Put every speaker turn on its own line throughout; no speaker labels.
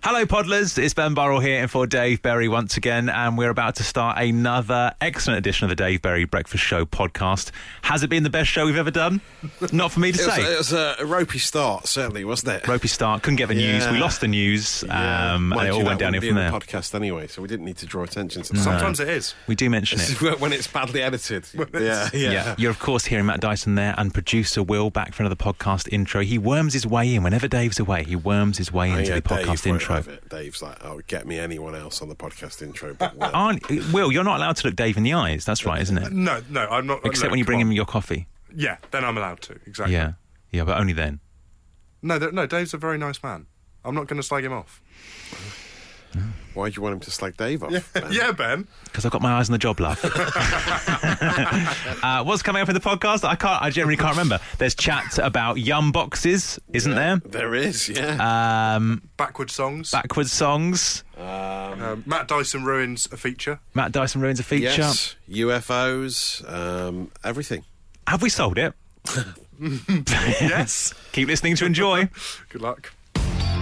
Hello, Podlers. It's Ben Burrell here and for Dave Berry once again, and we're about to start another excellent edition of the Dave Berry Breakfast Show podcast. Has it been the best show we've ever done? Not for me to
It was,
say.
it was a, a ropey start, certainly, wasn't it?
Ropey start, couldn't get the news.
Yeah.
We lost the news,
Yeah.
um,
Mind
and it
you,
all
that
went downhill
wouldn't be
from
in
there.
The podcast anyway, so we didn't need to draw attention to that.
Sometimes it is.
we do mention it.
This is where- when it's badly edited. yeah, yeah.
Yeah. You're, of course, hearing Matt Dyson there and producer Will back for another podcast intro. He worms his way in. Whenever Dave's away, he worms his way
Oh,
into
yeah,
the podcast
Dave won't
intro.
have it. Dave's like, oh, get me anyone else on the podcast intro. But Will."
Aren't, Will, you're not allowed to look Dave in the eyes. That's right, isn't it?
No, no, I'm not.
Except
no,
when you
come
bring
on.
him your coffee.
Yeah, then I'm allowed to. Exactly.
Yeah. Yeah, but only then.
No, th- no. Dave's a very nice man. I'm not going to slag him off.
Why do you want him to slag Dave off? Um, man?
yeah, Ben.
Because I've got my eyes on the job, love. uh, what's coming up in the podcast? I can't. I generally can't remember. There's chat about yum boxes, isn't
There is, yeah.
there? Um,
Backward songs.
backwards songs.
Um, Matt Dyson ruins a feature.
Matt Dyson ruins a feature.
yes, UFOs, um, everything.
Have we sold it?
yes.
Keep listening to enjoy.
Good luck.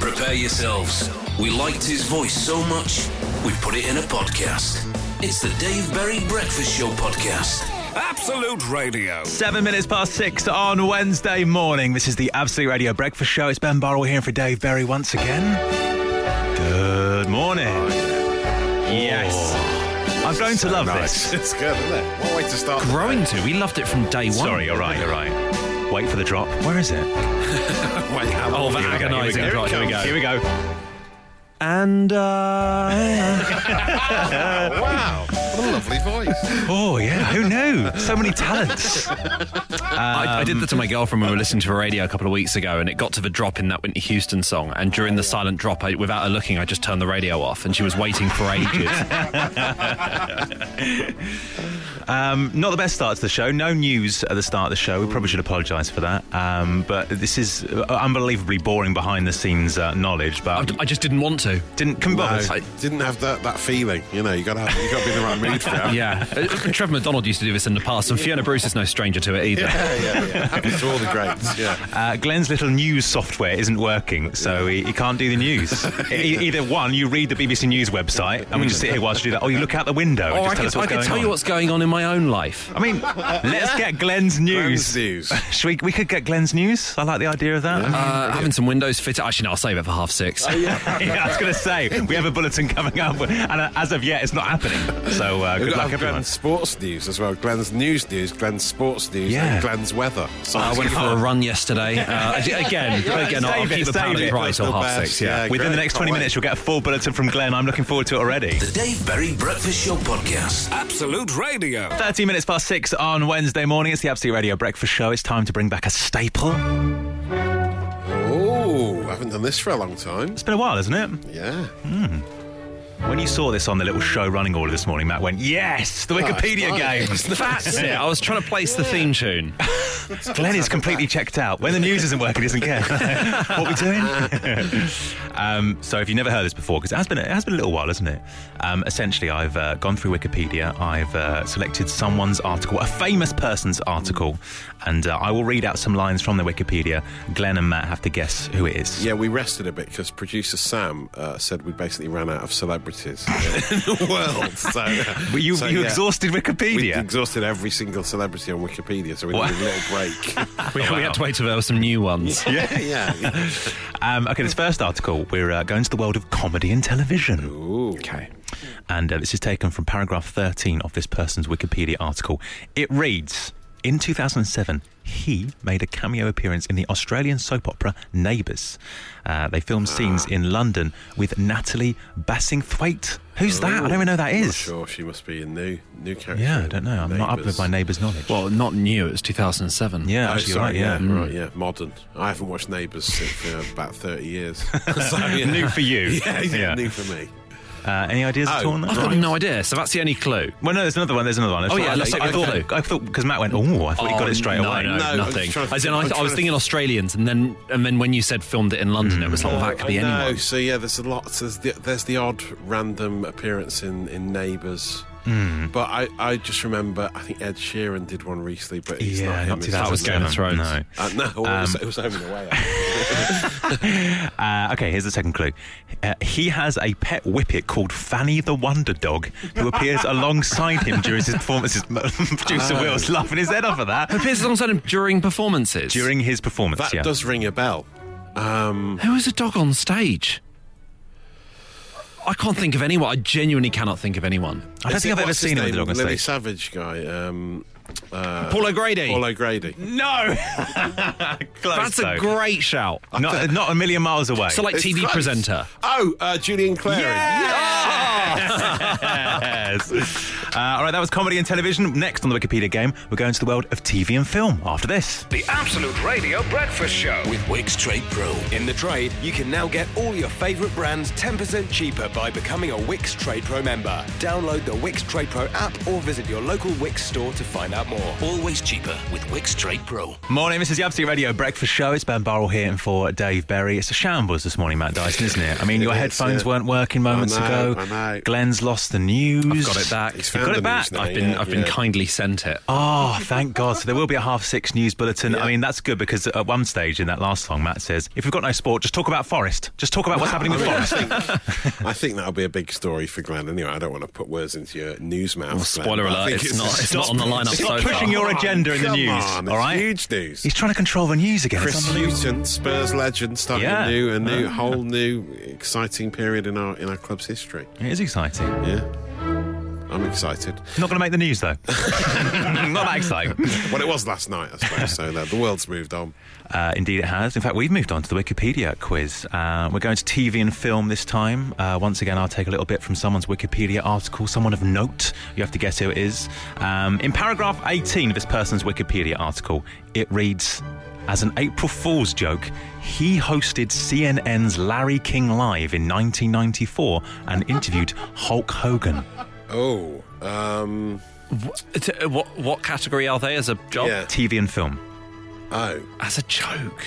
Prepare yourselves. We liked his voice so much, we put it in a podcast. It's the Dave Berry Breakfast Show podcast.
Absolute Radio.
Seven minutes past six on Wednesday morning. This is the Absolute Radio Breakfast Show. It's Ben Burrell here for Dave Berry once again. Good morning.
Oh.
Yes. I'm going to love
Nice.
this.
It's good, isn't it? What way to start? the
Growing to. We loved it from day one.
Sorry, you're right, you're right. Wait for the drop. Where is it?
day? Wait, how
Oh,
long
that
have you got?
agonising.
Here it
Right, here we
comes.
go.
Here we go.
And uh,
Wow, what a lovely voice.
Oh, yeah. Who knew? So many talents.
I, I did that to my girlfriend when we were listening to her radio a couple of weeks ago, and it got to the drop in that Whitney Houston song. And during the silent drop, I, without her looking, I just turned the radio off, and she was waiting for ages.
Um, not the best start to the show. No news at the start of the show. We probably should apologise for that. Um, but this is uh, unbelievably boring behind the scenes uh, knowledge.
I,
But
I just didn't want to.
didn't come
No,
Oh.
bothered.
didn't have that, that feeling, you know. You got to have, you got to be in the right mood for it.
Yeah, Uh, Trevor McDonald used to do this in the past, and Fiona Bruce is no stranger to it either.
yeah, yeah. Happens to all the greats. Yeah.
Uh, Glenn's little news software isn't working, so he, he can't do the news. E- Either one, you read the BBC News website, and we just sit here whilst you do that, or you look out the window and
Or Oh, I
just tell
could,
us what's
I could
going
tell
on.
you what's going on in my own life.
I mean, let's get Glenn's news.
Glenn's news.
Should we, we could get Glenn's news. I like the idea of that.
Uh, having some windows fitted. Actually, no, I'll save it for half six.
yeah, I was going to say we have a bulletin coming up, and uh, as of yet, it's not happening. So uh, good
We've
luck,
got to have
everyone.
Glenn's sports news as well. Glenn's news news, Glenn's sports news,
Yeah. Oh,
and Glenn's weather. So
I went for a run yesterday. Uh, again, again, I'll, I'll
Save it,
keep the
save
powder
it.
dry
That's
till
the
half
best,
six. Yeah.
yeah.
Within the
Great,
next
can't
20
wait.
minutes, you'll get a full bulletin from Glenn. I'm looking forward to it already.
The Dave Berry Breakfast Show podcast.
Absolute Radio.
30 minutes past six on Wednesday morning. It's the Absolute Radio Breakfast Show. It's time to bring back a staple.
Oh, I haven't done this for a long time.
It's been a while, isn't it?
Yeah.
When you saw this on the little show running order this morning, Matt went, Yes, the Wikipedia
nice.
game.
That's it. I was trying to place the theme tune.
Glenn is completely checked out. When the news isn't working, he doesn't care. what we doing? um, so, if you've never heard this before, because it has been it has been a little while, hasn't it? Um, essentially, I've uh, gone through Wikipedia. I've uh, selected someone's article, a famous person's article, and uh, I will read out some lines from the Wikipedia. Glenn and Matt have to guess who it is.
Yeah, we rested a bit because producer Sam uh, said we basically ran out of celebrities in the world. So, uh,
But you
so,
you
yeah.
exhausted
We
Wikipedia.
exhausted every single celebrity on Wikipedia, so we
Wow.
needed a little break.
We, we had to wait till there were some new ones.
yeah, yeah, yeah.
Um, okay, this first article, we're uh, going to the world of comedy and television. Okay. And uh, this is taken from paragraph 13 of this person's Wikipedia article. It reads In 2007, he made a cameo appearance in the Australian soap opera Neighbours. Uh, they filmed scenes in London with Natalie Bassingthwaite. Who's that? I don't even know who that
Not
is.
sure she must be a new new character.
Yeah, I don't know. I'm not up
Neighbours.
with my neighbours' knowledge.
Well, not new. It was 2007.
yeah,
Oh,
actually,
sorry,
right, yeah.
right, yeah, modern. I haven't watched Neighbours for uh, about thirty years. so, yeah.
New for you.
Yeah, yeah,
Yeah.
new for me.
Uh, any ideas at
Oh,
all? on that?
I've got no idea. So that's the only clue.
Well, no, there's another one. There's another one.
Oh, yeah,
I,
let's
I,
take the
thought
clue.
I thought because Matt went, oh, I thought he got it straight
no,
away.
No,
No, I'm
nothing.
trying to
As in,
think-
I,
I'm
th- I was
trying to
thinking Australians, and then and then when you said filmed it in London, it was like, well, that could be
I know.
anyone.
So yeah, there's a lot. So there's the, there's the odd random appearance in in Neighbours.
Hmm.
But I, I just remember I think Ed Sheeran did one recently, but he's
yeah,
not him.
not
is
too
it?
That was Game of
No.
Thrones.
Um,
Uh, no, it was, it was home and away. actually.
Uh, okay, here's the second clue. Uh, he has a pet whippet called Fanny the Wonder Dog, who appears alongside him during his performances. Producer
Oh.
Will's laughing his head off at that.
Appears alongside him during performances.
During his performance,
That
yeah.
does ring a bell. Um,
Who is a dog on stage? I can't think of anyone. I genuinely cannot think of anyone.
I don't
is it-
think I've ever
what's his
seen him with
name?
a dog on
Lily
stage.
Savage guy. Um,
Paul O'Grady.
Paul O'Grady.
no! Close,
That's
though.
a great shout.
Not, not a million miles away.
So, like
It's
TV
close.
presenter.
Oh, uh, Julian Clary.
yes. Uh, all right, that was comedy and television. Next on the Wikipedia game, we're going to the world of TV and film after this.
The Absolute Radio Breakfast Show.
with Wix Trade Pro.
In the trade, you can now get all your favourite brands 10% cheaper by becoming a Wix Trade Pro member. Download the Wix Trade Pro app or visit your local Wix store to find out more.
Always cheaper with Wix Trade Pro.
Morning, this is the Absolute Radio Breakfast Show. It's Ben Barrell here and for Dave Berry. It's a shambles this morning, Matt Dyson, isn't it? I mean, your
It is,
headphones
yeah.
weren't working moments
I know,
ago.
I know.
Glen's lost the news.
I've got it back.
He's
You
found
got
the
it back.
news now,
I've been
yeah,
I've been
yeah.
kindly sent it.
Oh, thank God. So there will be a half six news bulletin. I mean, that's good because at one stage in that last song, Matt says, if we've got no sport, just talk about Forest. Just talk about what's happening with Forest.
I think that'll be a big story for Glenn. Anyway, I don't want to put words into your news mouth. Glenn,
spoiler
but I
alert,
think
it's not- it's not on the lineup
Stop
so
pushing
far.
your agenda in the
Come
news.
on,
all
it's
right?
huge news.
He's trying to control the news again. It's
Chris
unbelievable.
Hughton, Spurs legend, starting
Yeah.
a new, a new,
Yeah.
whole new, exciting period in our in our club's history.
It is exciting.
Yeah, I'm excited.
Not going to make the news, though. Not that exciting.
Well, it was last night, I suppose. so the, the world's moved on.
Uh, indeed, it has. In fact, we've moved on to the Wikipedia quiz. Uh, we're going to TV and film this time. Uh, once again, I'll take a little bit from someone's Wikipedia article, someone of note. You have to guess who it is. Um, in paragraph 18 of this person's Wikipedia article, it reads As an April Fool's joke, he hosted CNN's Larry King Live in 1994 and interviewed Hulk Hogan.
Oh, um,
T- uh, What what category are they as a job?
yeah.
TV and film.
Oh,
As a joke.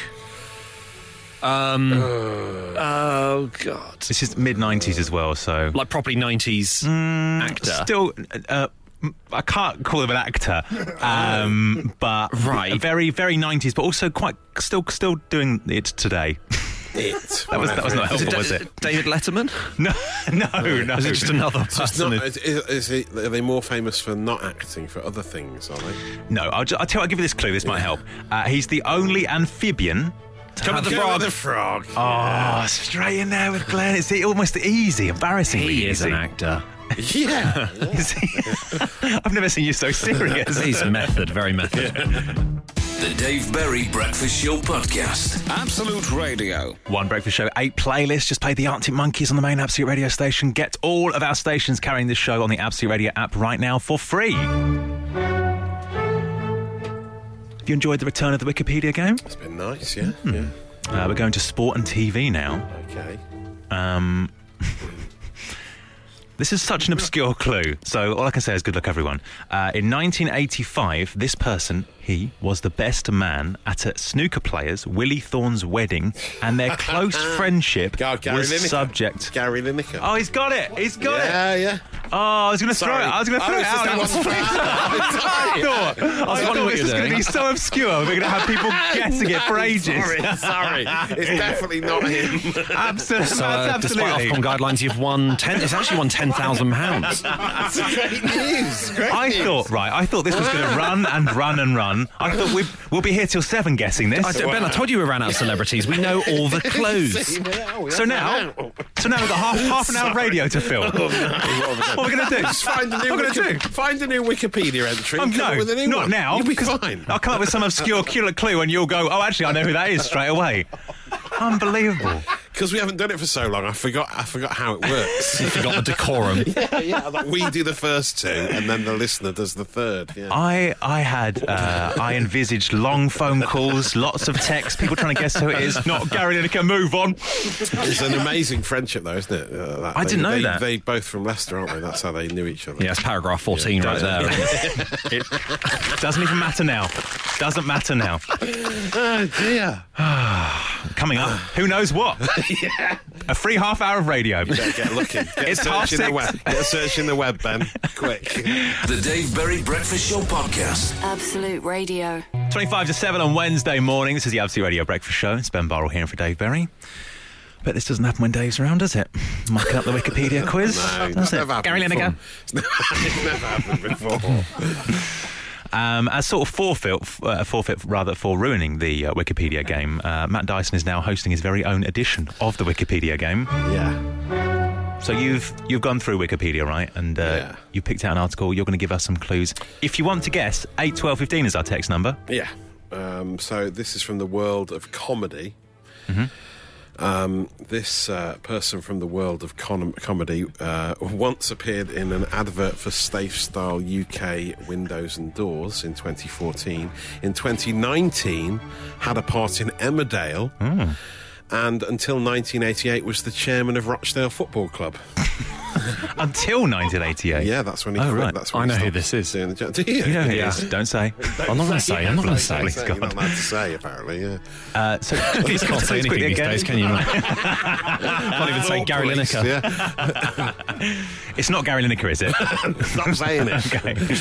Um. oh God.
This is mid 90s as well, so.
Like properly nineties actor.
Still, uh, m- I can't call him an actor, um, but
Right.
very, very nineties, but also quite still, still doing it today.
it.
That was that was not
Is
helpful,
Da-
was it?
David Letterman?
No, no, no.
Is it just another
It's
person?
not,
who-
is, is it, are they more famous for not acting for other things? Are they?
No, I'll, ju- I'll tell. I'll give you this clue. This might help. Uh, he's the only amphibian. to have-
Kermit the Frog.
The frog.
Oh, straight in there with Glenn. It's e- almost easy, embarrassingly
he is
easy.
an actor.
Yeah.
Is he? I've never seen you so serious.
He's method, very method.
The Dave Berry Breakfast Show Podcast.
Absolute Radio.
One Breakfast Show 8 playlist. Just play the Arctic Monkeys on the main Absolute Radio station. Get all of our stations carrying this show on the Absolute Radio app right now for free. Have you enjoyed the return of the Wikipedia game?
it's been nice. Yeah.
Uh, we're going to sport and TV now.
Yeah. Okay.
This is such an obscure clue. So all I can say is good luck, everyone. Uh, in 1985, this person, he, was the best man at a snooker player's Willie Thorne's wedding, and their close friendship
God, Gary
was
Lineker.
subject.
Gary Lineker.
Oh, he's got it! He's got it!
yeah, yeah.
Oh, I was going to throw
Sorry.
it. I was going to
Oh,
throw it
it's just
out.
that
I
one. Sorry.
thought, I thought
wondering what
this
you're
was going to
doing.
be so obscure. We're going to have people guessing it for ages.
Sorry, sorry. It's definitely not him.
Absolutely.
So, uh, despite
absolutely.
Ofcom guidelines, you've won ten. It's actually won ten thousand pounds.
That's great news. Great
I
news.
thought, right, I thought this was going to run and run and run. I thought we'd, we'll be here till seven guessing this.
I d- ben, I told you we ran out of celebrities. We know all the clues.
Oh,
so now, so now we've got half, half an hour of radio to fill. what are we going to do?
Oh, Find a new,
What are we
Wiki-
going to do?
find a new Wikipedia entry.
Um,
and come
no,
up with a new
not
one.
now.
You'll be
because
fine.
I'll come up with some obscure killer clue and you'll go, oh, actually, I know who that is straight away. Unbelievable.
Because we haven't done it for so long, I forgot. I forgot how it works.
You forgot the decorum.
Like, we do the first two, and then the listener does the third. Yeah.
I I had uh, I envisaged long phone calls, lots of texts, people trying to guess who it is. Not Gary Lineker. Move on.
It's an amazing friendship, though, isn't it? Uh, that
I
they-
didn't know
they,
that.
They both from Leicester, aren't they? That's how they knew each other.
Yeah, it's paragraph fourteen right there.
It doesn't even matter now. Doesn't matter now.
Oh dear.
Coming up, who knows what? A free half hour of radio.
Get looking. Get
It's
searching
half
the
six.
web. Get searching the web, Ben. Quick.
The Dave Berry Breakfast Show podcast.
Absolute Radio.
25 to 7 on Wednesday morning. This is the Absolute Radio Breakfast Show. It's Ben Barrell here for Dave Berry. But this doesn't happen when Dave's around, does it? Mucking up the Wikipedia quiz.
No,
does
that's
it?
never happened
Gary Lineker.
before. it's never happened before.
Um, as sort of forfeit, f- uh, forfeit rather for ruining the uh, Wikipedia game, uh, Matt Dyson is now hosting his very own edition of the Wikipedia game.
Yeah.
So you've you've gone through Wikipedia, right? And uh,
Yeah.
you picked out an article. You're going to give us some clues. If you want to guess, eight twelve fifteen is our text number.
Yeah. Um, so this is from the world of comedy. Mm-hmm. Um, this uh, person from the world of con- comedy uh, once appeared in an advert for Safe Style UK windows and doors in 2014. In 2019, had a part in Emmerdale, and until 1988 was the chairman of Rochdale Football Club.
Until 1988.
Yeah, that's when he.
Oh,
quit.
right.
That's when
I
he
know who
stopped
this is.
Doing the job. Do you?
You know who it
Yeah.
is, Don't say.
I'm not going to say. I'm not going to say.
You're not allowed to say, apparently. Yeah.
Uh, so
You can't say anything these days, can you? Can't even say Gary
Oh,
Lineker.
Yeah.
It's not Gary Lineker, is it?
Stop saying it.
okay.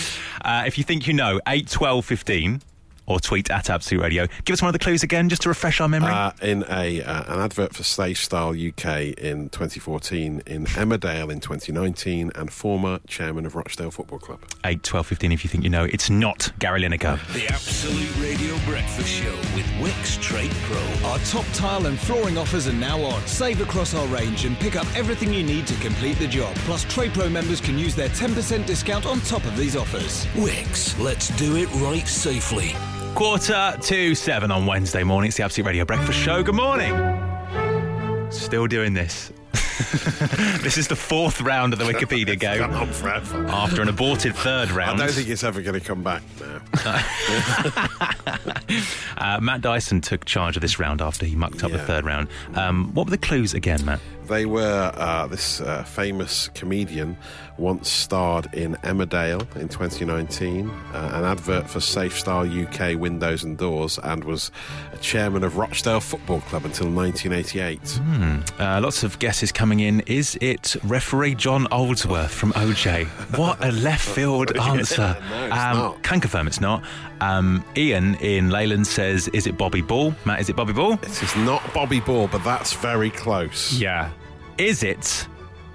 Uh, if you think you know, eight twelve fifteen, or tweet at Absolute Radio. Give us one of the clues again, just to refresh our memory.
Uh, in a uh, an advert for Stage Style UK in 2014, in Emmerdale in 2019, and former chairman of Rochdale Football Club.
Eight twelve fifteen. if you think you know, it's not Gary Lineker.
The Absolute Radio Breakfast Show with Wix Trade Pro.
Our top tile and flooring offers are now on. Save across our range and pick up everything you need to complete the job. Plus, TradePro members can use their 10% discount on top of these offers.
Wix, let's do it right safely.
Quarter to seven on Wednesday morning. It's the Absolute Radio Breakfast Show. Good morning. Still doing this. this is the fourth round of the Wikipedia
Gone
game
on forever.
after an aborted third
I
round.
don't think it's ever going to come back now.
Uh, Matt Dyson took charge of this round after he mucked up the
Yeah.
third round. Um, what were the clues again, Matt?
They were uh, this uh, famous comedian once starred in Emmerdale in 2019, uh, an advert for Safe Style UK windows and doors, and was a chairman of Rochdale Football Club until 1988.
Uh, lots of guesses coming in. Is it referee John Oldsworth from OJ? What a left field answer.
no, it's
um,
not.
Can confirm it's not. Um, Ian in Leyland says, Is it Bobby Ball? Matt, is it Bobby Ball?
It is not Bobby Ball, but that's very close.
Yeah.
Is it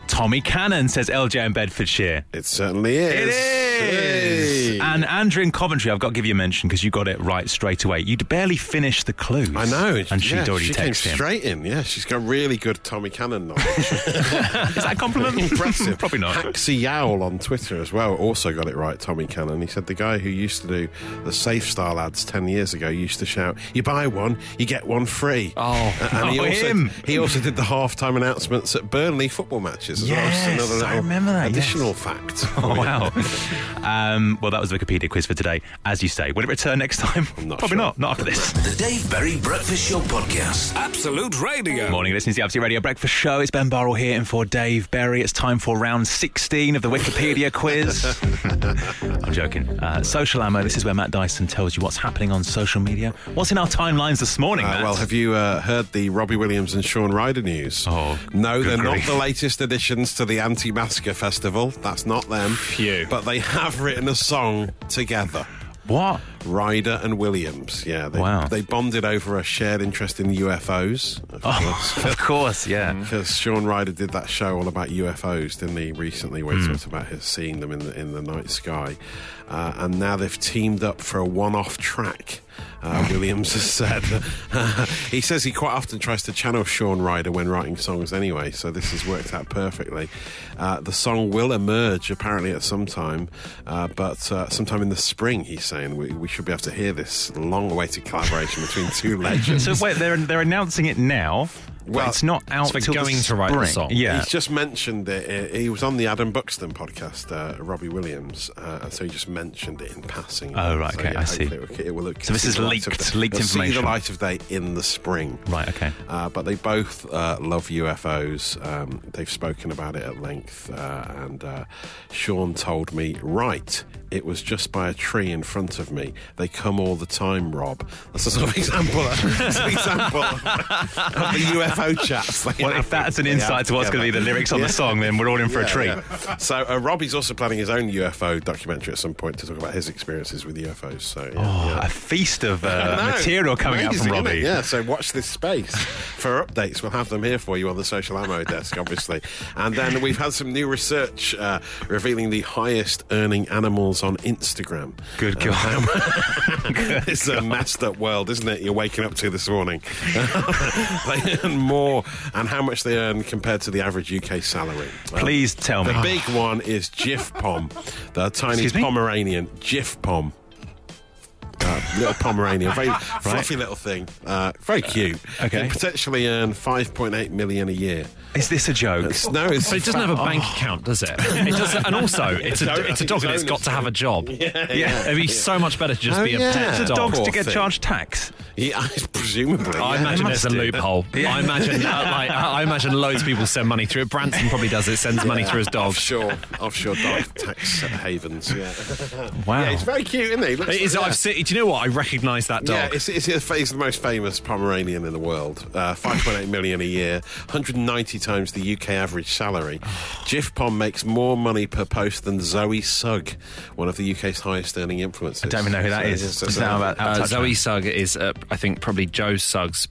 Tommy Cannon, says LJ in Bedfordshire?
It certainly is. Hey.
And Andrew in Coventry, I've got to give you a mention because you got it right straight away. You'd barely finished the clues.
I know. it-
And she'd
yeah,
already
she came
texted him.
straight in. Yeah, she's got really good Tommy Cannon knowledge.
Is that a compliment?
Impressive.
Probably not.
Haxi Yowl on Twitter as well also got it right, Tommy Cannon. He said the guy who used to do the Safe Style ads 10 years ago used to shout, You buy one, you get one free.
Oh.
A- and he,
Oh,
also,
him.
he also did the halftime announcements at Burnley football matches as
Yes,
well. Just another
I
little
remember that, yes.
Additional fact.
Oh, wow. um, well, that was the Wikipedia quiz for today. As you say, will it return next time?
not
Probably
sure.
not. Not after this.
The Dave Berry Breakfast Show podcast.
Absolute Radio.
Good morning. This is the Absolute Radio Breakfast Show. It's Ben Barrell here, and for Dave Berry, it's time for round 16 of the Wikipedia quiz. I'm joking. Uh, social ammo. This is where Matt Dyson tells you what's happening on social media. What's in our timelines this morning?
Uh,
Matt?
well, have you uh, heard the Robbie Williams and Sean Ryder news?
Oh,
no,
good
they're
grief.
not the latest additions to the anti-masker festival. That's not them.
Phew.
But they have written a song together.
what?
Ryder and Williams, yeah, they,
Wow.
they bonded over a shared interest in UFOs. Of course.
Of course, yeah.
Because Sean Ryder did that show all about UFOs, didn't he? Recently, where he talked about his seeing them in the in the night sky, uh, and now they've teamed up for a one-off track. Uh, Williams has said he says he quite often tries to channel Sean Ryder when writing songs, anyway. So this has worked out perfectly. Uh, the song will emerge apparently at some time, uh, but uh, sometime in the spring, he's saying we, we should be able to hear this long-awaited collaboration between two legends.
So wait, they're they're announcing it now, Well, it's not out
for
till the
going to write the
spring.
song.
Yeah,
He's just mentioned it. uh, He was on the Adam Buxton podcast, uh, Robbie Williams, uh, and so he just mentioned it in passing.
Oh, right,
So,
okay,
yeah,
I see.
hopefully It will, it will
So this
see
is
the light of
leaked-
day-
leaked
it'll See
information.
the light of day in the spring.
Right, okay.
Uh, but they both uh, love UFOs. Um, they've spoken about it at length, uh, and uh, Sean told me, right, it was just by a tree in front of me. They come all the time, Rob. That's a sort of example. That's an example of the UFO chats. they
Well,
have
if that's an
with- they have
insight to what's going to be
together.
the lyrics on the song, then we're all in for a
Yeah,
treat.
yeah. So uh, Robbie's also planning his own UFO documentary at some point to talk about his experiences with UFOs. So yeah,
Oh,
yeah.
a feast of
I
uh,
know.
material coming
Amazing,
out from Robbie.
isn't it? Yeah, so watch this space for updates. We'll have them here for you on the social ammo desk, obviously. And then we've had some new research uh, revealing the highest earning animals on Instagram.
Good
Uh,
God.
it's a messed up world, isn't it? You're waking up to this morning. they earn more and how much they earn compared to the average UK salary. Well,
Please
Oh,
tell me.
the big one is Jiff Pom, the tiny
Excuse me?
Pomeranian. Jiff Pom. Uh, little Pomeranian, very fluffy little thing, uh, very cute.
okay.
Can potentially earn 5.8 million a year.
Is this a joke?
It's, no, it's
Oh, But it doesn't have a bank account, does it? Oh. it does, and also, it's a,
Don't-
it's a dog and it's got to have a job. Yeah, It'd be so much better to just
Oh,
be a
yeah.
pet
Does
dog.
dogs to
Poor
get
thing.
charged tax?
yeah, uh, presumably.
I
yeah.
imagine
they
there's a
must do.
loophole. I imagine, uh, like, I imagine loads of people send money through it. Branson probably does it. Sends money through his dog.
Offshore, offshore dog tax havens. Yeah,
Wow.
yeah it's very cute, isn't he? Looks
It is,
like-
I've seen, do you know what? I recognise that
Yeah,
dog.
it's, it's, the fa- it's the most famous Pomeranian in the world. Uh, 5.8 million a year, 190 times the UK average salary. Jif Pom makes more money per post than Zoe Sugg, one of the UK's highest earning influencers.
I don't even know who that is.
it's-
Does
it's-
that know about-
Uh,
Touch
Zoe
that.
Sugg is, uh, I think, probably Joe Sugg's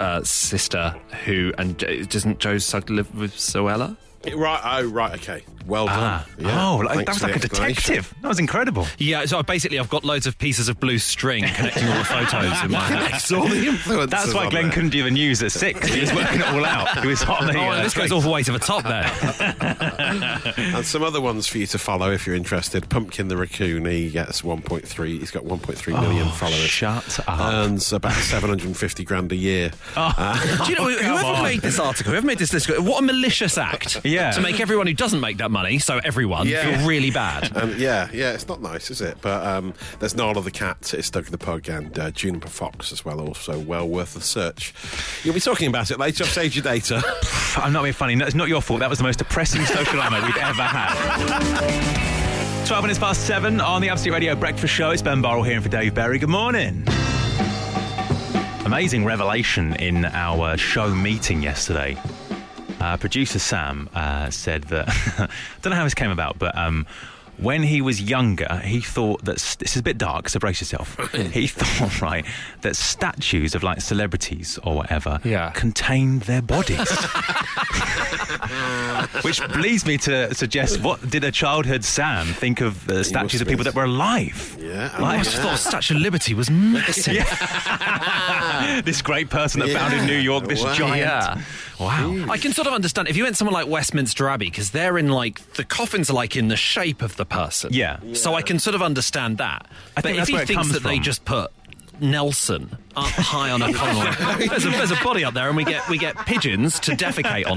uh, sister, who and Jo- doesn't Joe Sugg live with Zoella?
Right, oh, right, okay. Well done.
Ah.
Yeah,
oh, like, that
thanks
was
for
like a
the explanation.
detective. That was incredible.
Yeah, so I basically I've got loads of pieces of blue string connecting all the photos in my head.
It's all the influencers.
That's why
on
Glenn
there.
couldn't do the news at six. He was working it all out. He was hot on the.
Oh,
uh,
and this goes
streets.
all the way to the top there.
And some other ones for you to follow if you're interested. Pumpkin the Raccoon, he gets 1.3, he's got 1.3 million followers.
Oh,
Oh,
shut up. Oh,
Earns about 750 grand a year.
Do you know whoever made this article, whoever made this list, what a malicious act!
Yeah.
to make everyone who doesn't make that money, so everyone
Yeah.
feel really bad.
Um, yeah, yeah, it's not nice, is it? But um, there's Gnarl of the Cat, it's Doug the Pug, and uh, Juniper Fox as well, also well worth the search. You'll be talking about it later. I've saved your data.
I'm not being funny. No, it's not your fault. That was the most depressing social ammo we've ever had. 12 minutes past seven on the Absolute Radio Breakfast Show. It's Ben Barrell here in for Dave Berry. Good morning. Amazing revelation in our show meeting yesterday. Uh, producer Sam uh, said that, I don't know how this came about, but um, when he was younger, he thought that, st- this is a bit dark, so brace yourself. he thought, right, that statues of like celebrities or whatever
Yeah.
contained their bodies. Which leads me to suggest what did a childhood Sam think of the statues of people that were alive?
Yeah, I
I
Like,
just thought Statue of Liberty was massive.
this great person that
Yeah.
founded New York, this
Wow.
giant.
Yeah.
Wow.
I can sort of understand if you went someone like Westminster Abbey because they're in like the coffins are like in the shape of the person.
Yeah.
So I can sort of understand that.
I
but
think
if
that's
he
where it
thinks
comes
that they
from.
just put Nelson up high on a column, there's, a, there's a body up there, and we get we get pigeons to defecate on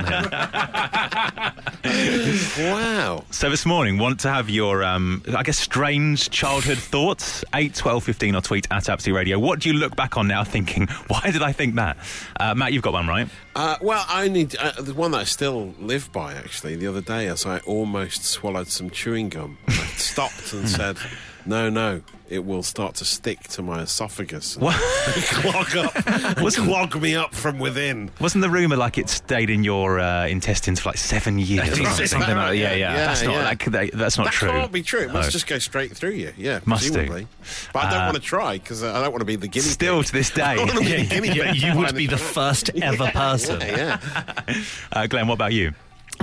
him.
wow.
So this morning, want to have your, um, I guess, strange childhood thoughts? 8, 12, 15 or tweet at Absolute Radio. What do you look back on now thinking, why did I think that? Uh, Matt, you've got one, right?
Uh, well, I only uh, the one that I still live by actually. The other day, as I almost swallowed some chewing gum, I stopped
Hmm.
and said, "No, no, it will start to stick to my esophagus and
What?
clog up,
Wasn't-
clog me up from within."
Wasn't the rumour like it stayed in your uh, intestines for like seven years? or
Is that
something like that?
right?
Yeah, yeah.
Yeah,
that's not,
yeah.
Like, that, that's not
that
true.
can't be true. It must
No.
just go straight through you. Yeah,
Must do.
presumably. But I don't
Uh,
want to try because I don't want to be the guinea pig.
Still to this day.
I don't wanna be the guinea
Yeah,
pig
you would
behind
be the first ever person.
Yeah, yeah.
Uh, Glenn, what about you?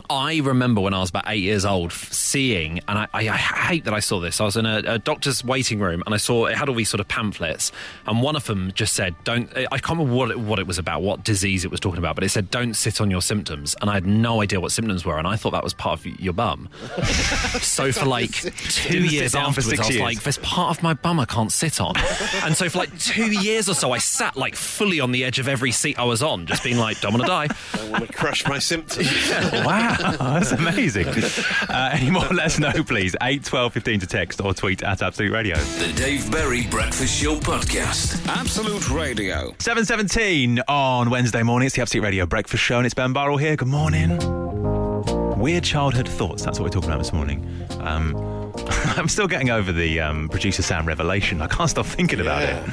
I remember when I was about eight years old, f- seeing, and I, I, I hate that I saw this. I was in a, a doctor's waiting room, and I saw it had all these sort of pamphlets, and one of them just said, "Don't." I can't remember what it, what it was about, what disease it was talking about, but it said, "Don't sit on your symptoms," and I had no idea what symptoms were, and I thought that was part of your bum. so for like two
Didn't sit
years
down for
afterwards,
six
I was
years.
like, "There's part of my bum I can't sit on," and so for like two years or so, I sat like fully on the edge of every seat I was on, just being like, "Don't want to die."
I want to crush my symptoms.
wow, that's amazing. Uh, any more? Let us know, please. 8, 12, 15 to text or tweet at Absolute Radio.
The Dave Berry Breakfast Show Podcast.
Absolute Radio.
7.17 on Wednesday morning. It's the Absolute Radio Breakfast Show and it's Ben Barrell here. Good morning. Weird childhood thoughts. That's what we're talking about this morning. Um, I'm still getting over the um, producer Sam revelation. I can't stop thinking about it.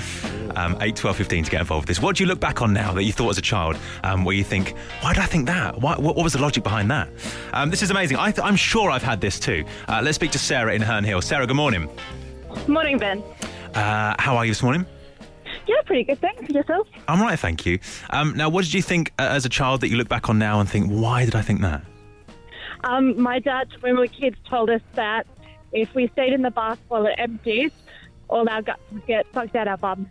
Um, 8, 12, 15 to get involved with this. What do you look back on now that you thought as a child um, where you think, why did I think that? Why, what, what was the logic behind that? Um, this is amazing. I th- I'm sure I've had this too. Uh, let's speak to Sarah in Herne Hill. Sarah, good morning.
Morning, Ben.
Uh, how are you this morning?
Yeah, pretty good. Thanks. Yourself?
I'm right, thank you. Um, now, what did you think uh, as a child that you look back on now and think, why did I think that?
Um, my dad, when we were kids, told us that if we stayed in the bath while it emptied, all our guts would get sucked out our bum.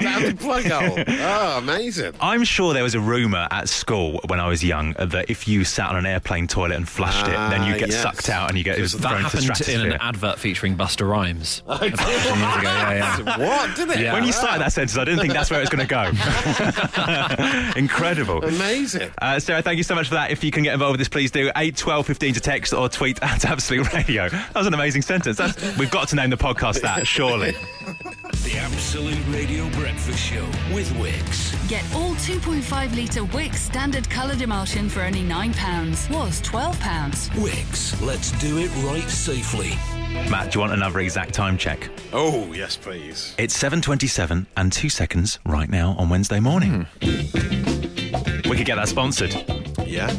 Damn plug hole. Oh, amazing.
I'm sure there was a rumour at school when I was young that if you sat on an airplane toilet and flushed it, then you
Ah,
get
yes.
sucked out and you get it was
Because
thrown
That
to the
happened in an
stratosphere.
advert featuring Buster Rhymes. about 15 years ago. Yeah, yeah.
What did it?
Yeah.
when you started that sentence, I didn't think that's where it was going to go. Incredible.
Amazing.
Uh, Sarah, thank you so much for that. If you can get involved with this, please do. 8, 12, 15 to text or tweet at Absolute Radio. That was an amazing sentence. That's, we've got to name the podcast that, surely.
The Absolute Radio Breakfast Show with Wix.
Get all 2.5 litre Wick standard coloured emulsion for only £9. Was £12.
Wix, let's do it right safely.
Matt, do you want another exact time check?
Oh, yes, please.
It's 7.27 and 2 seconds right now on Wednesday morning. We could get that sponsored.
Yeah.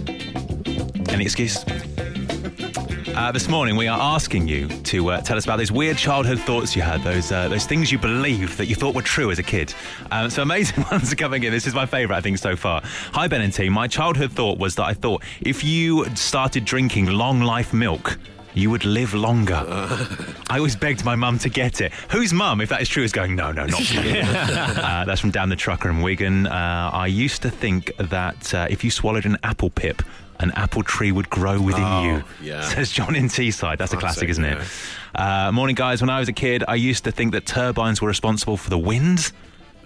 Any excuse? Uh, this morning, we are asking you to uh, tell us about those weird childhood thoughts you had, those uh, those things you believed that you thought were true as a kid. Um, so amazing ones are coming in. This is my favourite, I think, so far. Hi, Ben and team. My childhood thought was that I thought if you started drinking long life milk, you would live longer. I always begged my mum to get it. Whose mum, if that is true, is going, no, no, not me. uh, that's from Down the Trucker in Wigan. Uh, I used to think that uh, if you swallowed an apple pip, an apple tree would grow within you.
Oh, yeah.
Says John in Teesside. That's a classic,
Classic,
isn't it? Uh, morning, guys. When I was a kid, I used to think that turbines were responsible for the wind.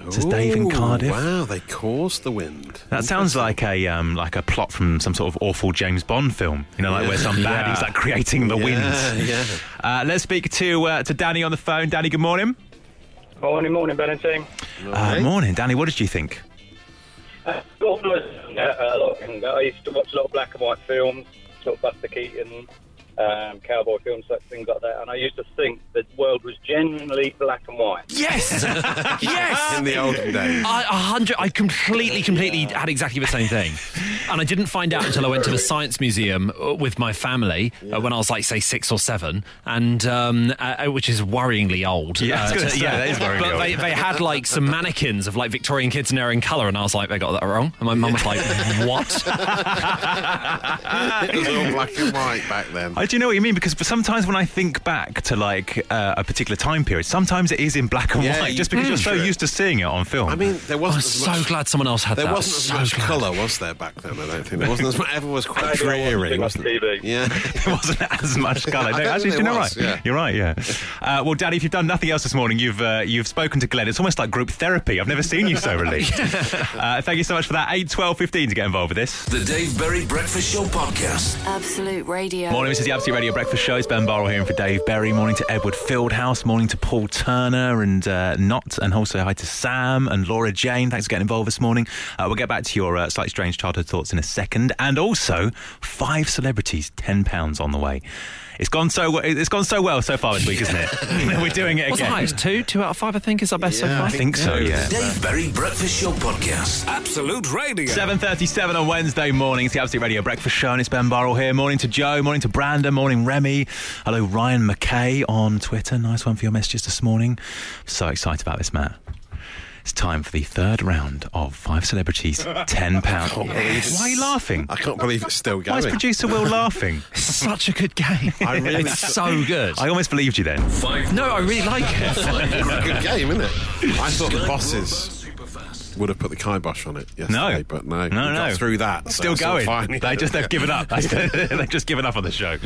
Says Dave in
Ooh,
Cardiff.
Wow, they caused the wind.
That sounds like a um, like a plot from some sort of awful James Bond film. You know, like where some baddie's like creating the
Yeah,
winds.
yeah.
Uh, let's speak to uh, to Danny on the phone. Danny, good morning.
Morning, morning, Ben and team.
Uh, morning, Danny. What did you think?
Uh, well, when I was younger, uh, a lot younger, I used to watch a lot of black and white films, sort of Buster Keaton, um, cowboy films, like, things like that, and I used to think the world was genuinely black and white.
Yes, yes.
In the olden days.
I, a hundred. I completely, completely had exactly the same thing, and I didn't find out until I went to the science museum uh, with my family uh, when I was like, say, six or seven, and um, uh, which is worryingly old.
Yeah, I was
Uh,
gonna
to-
say, that is worryingly
but
old.
They, they had like some mannequins of like Victorian kids in their own colour, and I was like, they got that wrong. And my mum was like, what?
it was all black and white back then.
I Uh, do know what you mean because sometimes when I think back to like uh, a particular time period, sometimes it is in black and
Yeah,
white
you-
just because
Mm.
you're so
True.
used to seeing it on film.
I mean, there
I'm
wasn't. as
so
much,
glad someone else had
There
that.
wasn't as
So
much
glad.
colour, was there back then? I don't think there wasn't as much. Everyone was quite
I know, I
dreary,
watched
wasn't
it on
it?
TV.
Yeah.
There wasn't as much colour. No,
I don't
actually,
think
you're
there
right.
was, yeah.
You're right. Yeah. Uh, well, Danny, if you've done nothing else this morning, you've uh, you've spoken to Glenn. It's almost like group therapy. I've never seen you so relieved. uh, thank you so much for that. Eight, twelve, fifteen to get involved with this.
The Dave Berry Breakfast Show Podcast.
Absolute Radio.
Morning, this is the Absolute Radio Breakfast Show. It's Ben Barrell here in for Dave Berry. Morning to Edward Fieldhouse. Morning to Paul Turner and uh, Not. And also hi to Sam and Laura Jane. Thanks for getting involved this morning. Uh, we'll get back to your uh, slightly strange childhood thoughts in a second. And also, five celebrities, £10 on the way. It's gone so well, it's gone so well so far this week, isn't it? We're doing it
What's the
again.
highest? Two, two out of five. I think is our best so
Yeah,
far.
I think so, yeah.
Dave Berry Breakfast Show Podcast.
Absolute Radio.
7.37 on Wednesday morning. It's the Absolute Radio Breakfast Show and it's Ben Burrell here. Morning to Joe, morning to Brandon, morning Remy. Hello, Ryan McKay on Twitter. Nice one for your messages this morning. So excited about this, Matt. It's time for the third round of Five Celebrities, £10. Why are you laughing?
I can't believe it's still going.
Why is producer Will laughing?
Such a good game.
I really-
it's so good.
I almost believed you then.
Five.
no, I really like it.
Good game, isn't it? I thought the
Sky
bosses
broadband superfast.
would have put the kibosh on it yesterday,
No.
but no, we
No,
got
no.
through that. so
Still
it's all
going.
fine.
They just they've given up. That's- they've just given up on the show.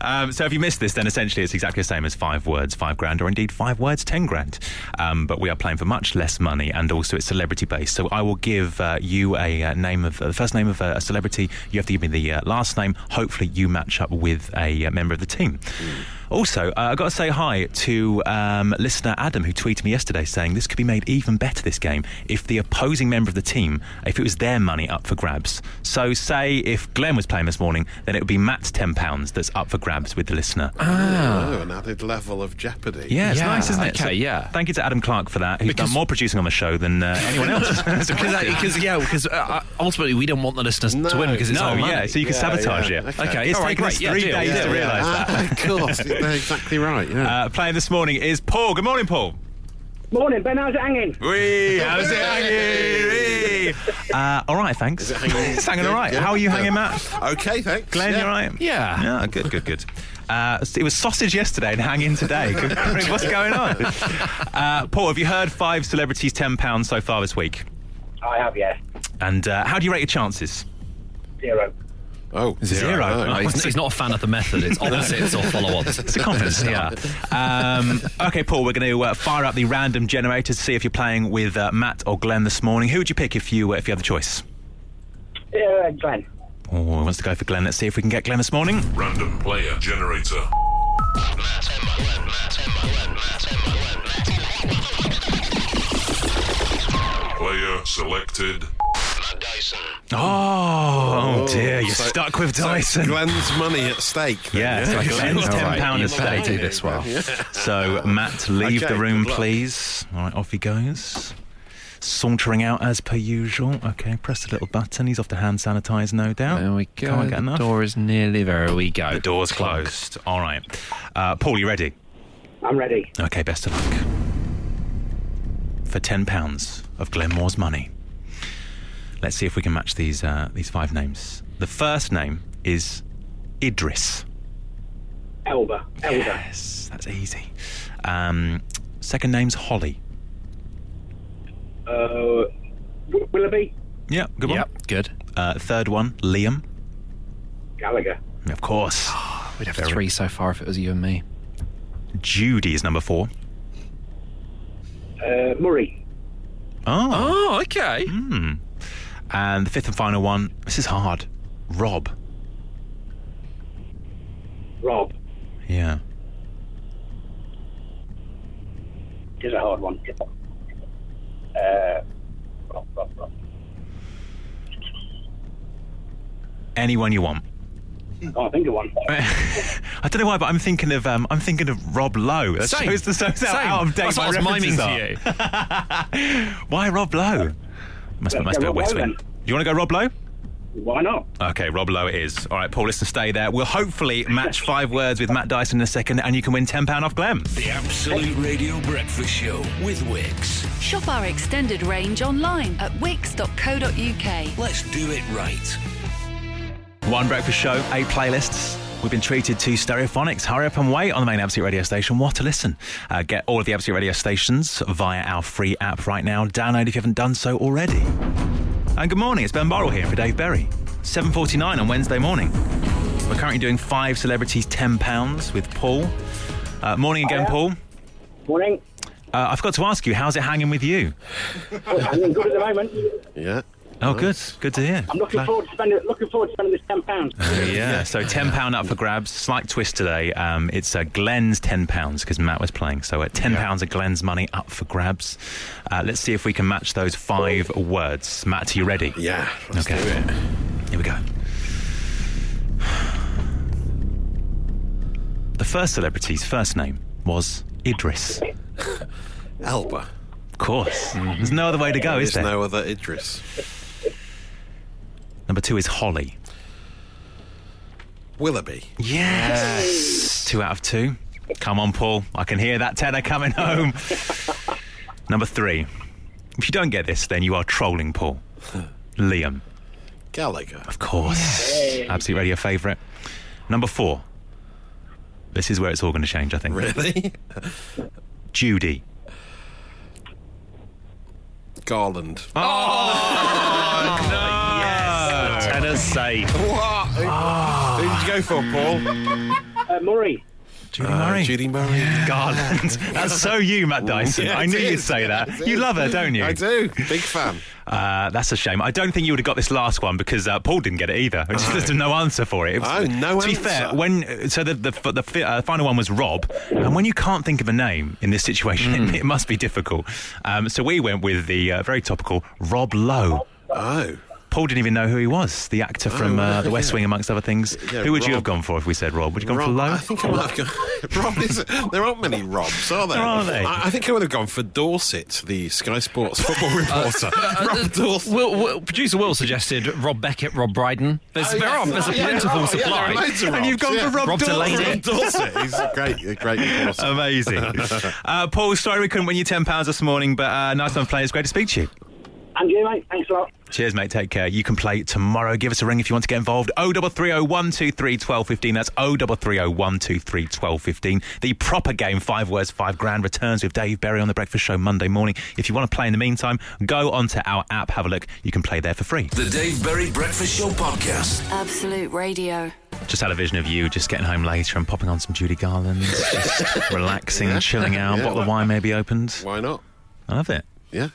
Um, so if you missed this, then essentially it's exactly the same as five words, five grand, or indeed five words, ten grand. Um, but we are playing for much less money, and also it's celebrity based. So I will give uh, you a uh, name of the first name of uh, a, a celebrity. You have to give me the uh, last name. Hopefully, you match up with a uh, member of the team.
Hmm.
Also, uh, I've got to say hi to um, listener Adam, who tweeted me yesterday saying this could be made even better this game if the opposing member of the team, if it was their money up for grabs. So, say if Glenn was playing this morning, then it would be Matt's £10 that's up for grabs with the listener.
Oh, an added level of jeopardy.
Ah. yeah, it's
Ah, Yeah,
nice, isn't it?
okay, yeah.
Thank you to Adam Clark for that, who's done more producing on the show than uh, anyone else. So
Because, because yeah, because uh, uh, ultimately we don't want the listeners to win because it's
no,
our money.
yeah, so you can
Yeah,
sabotage
yeah.
it.
Okay.
it's
All right,
taken us
great. Yeah,
three
deal,
days
yeah,
to
yeah.
realise that.
Ah, of course, they're exactly right. Yeah.
Uh, playing this morning is Paul. Good morning, Paul.
Morning, Ben. How's it hanging?
Wee, how's it hanging? Wee. Uh, all right, thanks. it's hanging all right.
Yeah.
How are you hanging, Matt?
okay, thanks.
Uh, Glenn,
yeah.
you all right?
Yeah.
Yeah, good, good, good. Uh, it was sausage yesterday and hanging today. What's going on? Uh, Paul, have you heard five celebrities £10 so far this week?
I have, yeah.
And uh, how do you rate your chances?
Zero.
Oh,
Zero.
Oh,
Oh,
He's, he's not a fan of the method. It's opposites or follow-ons.
It's a confidence, yeah. Um, okay, Paul, we're going to uh, fire up the random generator to see if you're playing with uh, Matt or Glenn this morning. Who would you pick if you uh, if you had the choice?
Yeah, Glenn.
Oh, he wants to go for Glenn. Let's see if we can get Glenn this morning.
Random player generator. Player selected.
Oh, dear, you're
so-
stuck with
so it's
Dyson.
Glenn's money at stake. Then.
yeah, it's like Glenn's
All
ten
right,
pound
you
estate.
do this well.
So Matt, leave
Okay,
the room,
good luck.
please. All right, off he goes. Sauntering out as per usual. Okay, press the little button. He's off to hand sanitise, no doubt.
There we go.
Can't get
the
enough.
door is nearly there. We go.
The door's closed. All right, uh, Paul, you ready?
I'm ready.
Okay, best of luck. For ten pounds of Glenmore's money, let's see if we can match these uh, these five names. The first name is Idris.
Elba. Elba.
Yes, that's easy. Um, second name's Holly.
Uh, Wi- Willoughby.
Yeah, good one.
Yep. Good.
Uh, third one, Liam.
Gallagher.
Of course.
We'd have three so far if it was you and me.
Judy is number four.
Uh, Murray.
Oh.
Oh, okay.
And the fifth and final one, this is hard. Rob.
Rob.
Yeah.
It is a hard one. Uh, Rob, Rob, Rob.
Anyone you want.
Can't think of one.
I don't know why, but I'm thinking of um, I'm thinking of Rob Lowe. That
Same.
shows, the, shows
Same.
how out of date
That's
my
what I was miming
references
to
are.
you.
Why Rob Lowe? Must
Let's
be,
go
must be a
Rob
West
Lowe
Wing. Do
then.
you want to go Rob Lowe?
Why not?
Okay, Rob Lowe it is. All right, Paul, listen, stay there. We'll hopefully match five words with Matt Dyson in a second, and you can win £10 off Glam.
The Absolute Radio Breakfast Show with Wix.
Shop our extended range online at wix.co.uk.
Let's do it right.
One breakfast show, eight playlists. We've been treated to Stereophonics. Hurry up and wait on the main Absolute Radio station. What a listen. Uh, get all of the Absolute Radio stations via our free app right now. Download if you haven't done so already. And good morning, it's Ben Burrell here for Dave Berry. 7.49 on Wednesday morning. We're currently doing five celebrities, £10 with Paul. Uh, morning again,
Hiya.
Paul.
Morning.
Uh, I forgot to ask you, how's it hanging with you?
Oh, hanging good at the moment.
Yeah.
Oh, good. Good to hear.
I'm looking forward to spending. Looking forward to spending this ten pounds.
Yeah, so ten pound up for grabs. Slight twist today. Um, it's uh, Glenn's ten pounds because Matt was playing. So at ten pounds of Glenn's money up for grabs. Uh, let's see if we can match those five words. Matt, are you ready?
Yeah. Let's
Okay.
do it.
Here we go. The first celebrity's first name was Idris.
Elba.
Of course, there's no other way to go, is
Mm-hmm.
there?
There's no other Idris.
Number two is Holly.
Willoughby.
Yes. Two out of two. Come on, Paul. I can hear that tenor coming home. Number three If you don't get this, then you are trolling Paul. Liam.
Gallagher. Of
course. Absolute radio favourite. Number four. This is where it's all going to change, I think.
Really?
Judy.
Garland.
Oh, Yes. Tenor safe.
What? Who, who did you go for, Paul?
Uh, Murray.
Uh, Judy Murray.
Judy Murray.
Garland. That's so you, Matt Dyson.
Yeah,
I
it
knew you'd
is.
say that.
It
You
is.
love her, don't you?
I do. Big fan.
Uh, that's a shame. I don't think you would have got this last one because uh, Paul didn't get it either. It's just there's no answer for it. It was-
Oh, no
To be fair,
answer.
when so the the, f- the fi- uh, final one was Rob, and when you can't think of a name in this situation,
Hmm.
it, it must be difficult. Um, so we went with the uh, very topical Rob Lowe.
Oh.
Paul didn't even know who he was, the actor from
well,
uh, The West
yeah.
Wing, amongst other things.
Oh, Yeah,
who would you
Rob.
have gone for if we said Rob? Would you have gone for
Rob-
Lowe?
I think I might have gone. Rob is, there aren't many Robs, are there?
There aren't they?
I, I think I would have gone for Dorset, the Sky Sports football reporter. Rob Dorset.
Uh, Will, Will, producer Will suggested Rob Beckett, Rob Brydon.
Oh,
There's, there are, there's a
Yeah,
plentiful
Rob, yeah, there
supply.
are loads of
And you've
Robs,
gone
yeah.
for Rob,
Rob
Dawson.
Delaney.
Rob Dorset. Um, He's a great, a great reporter.
Amazing. uh, Paul, sorry we couldn't win you £10 this morning, but uh, nice one, play. It's great to speak to you.
And you, mate. Thanks a lot.
Cheers, mate. Take care. You can play tomorrow. Give us a ring if you want to get involved. 0330 123 1215. That's 0330 123 1215. The proper game, Five Words, Five Grand, returns with Dave Berry on The Breakfast Show Monday morning. If you want to play in the meantime, go onto our app, have a look. You can play there for free.
The Dave Berry Breakfast Show podcast.
Absolute Radio.
Just had a vision of you just getting home later and popping on some Judy Garland, just relaxing, chilling out,
Yeah.
bottle of wine maybe opened.
Why not?
I love it.
Yeah.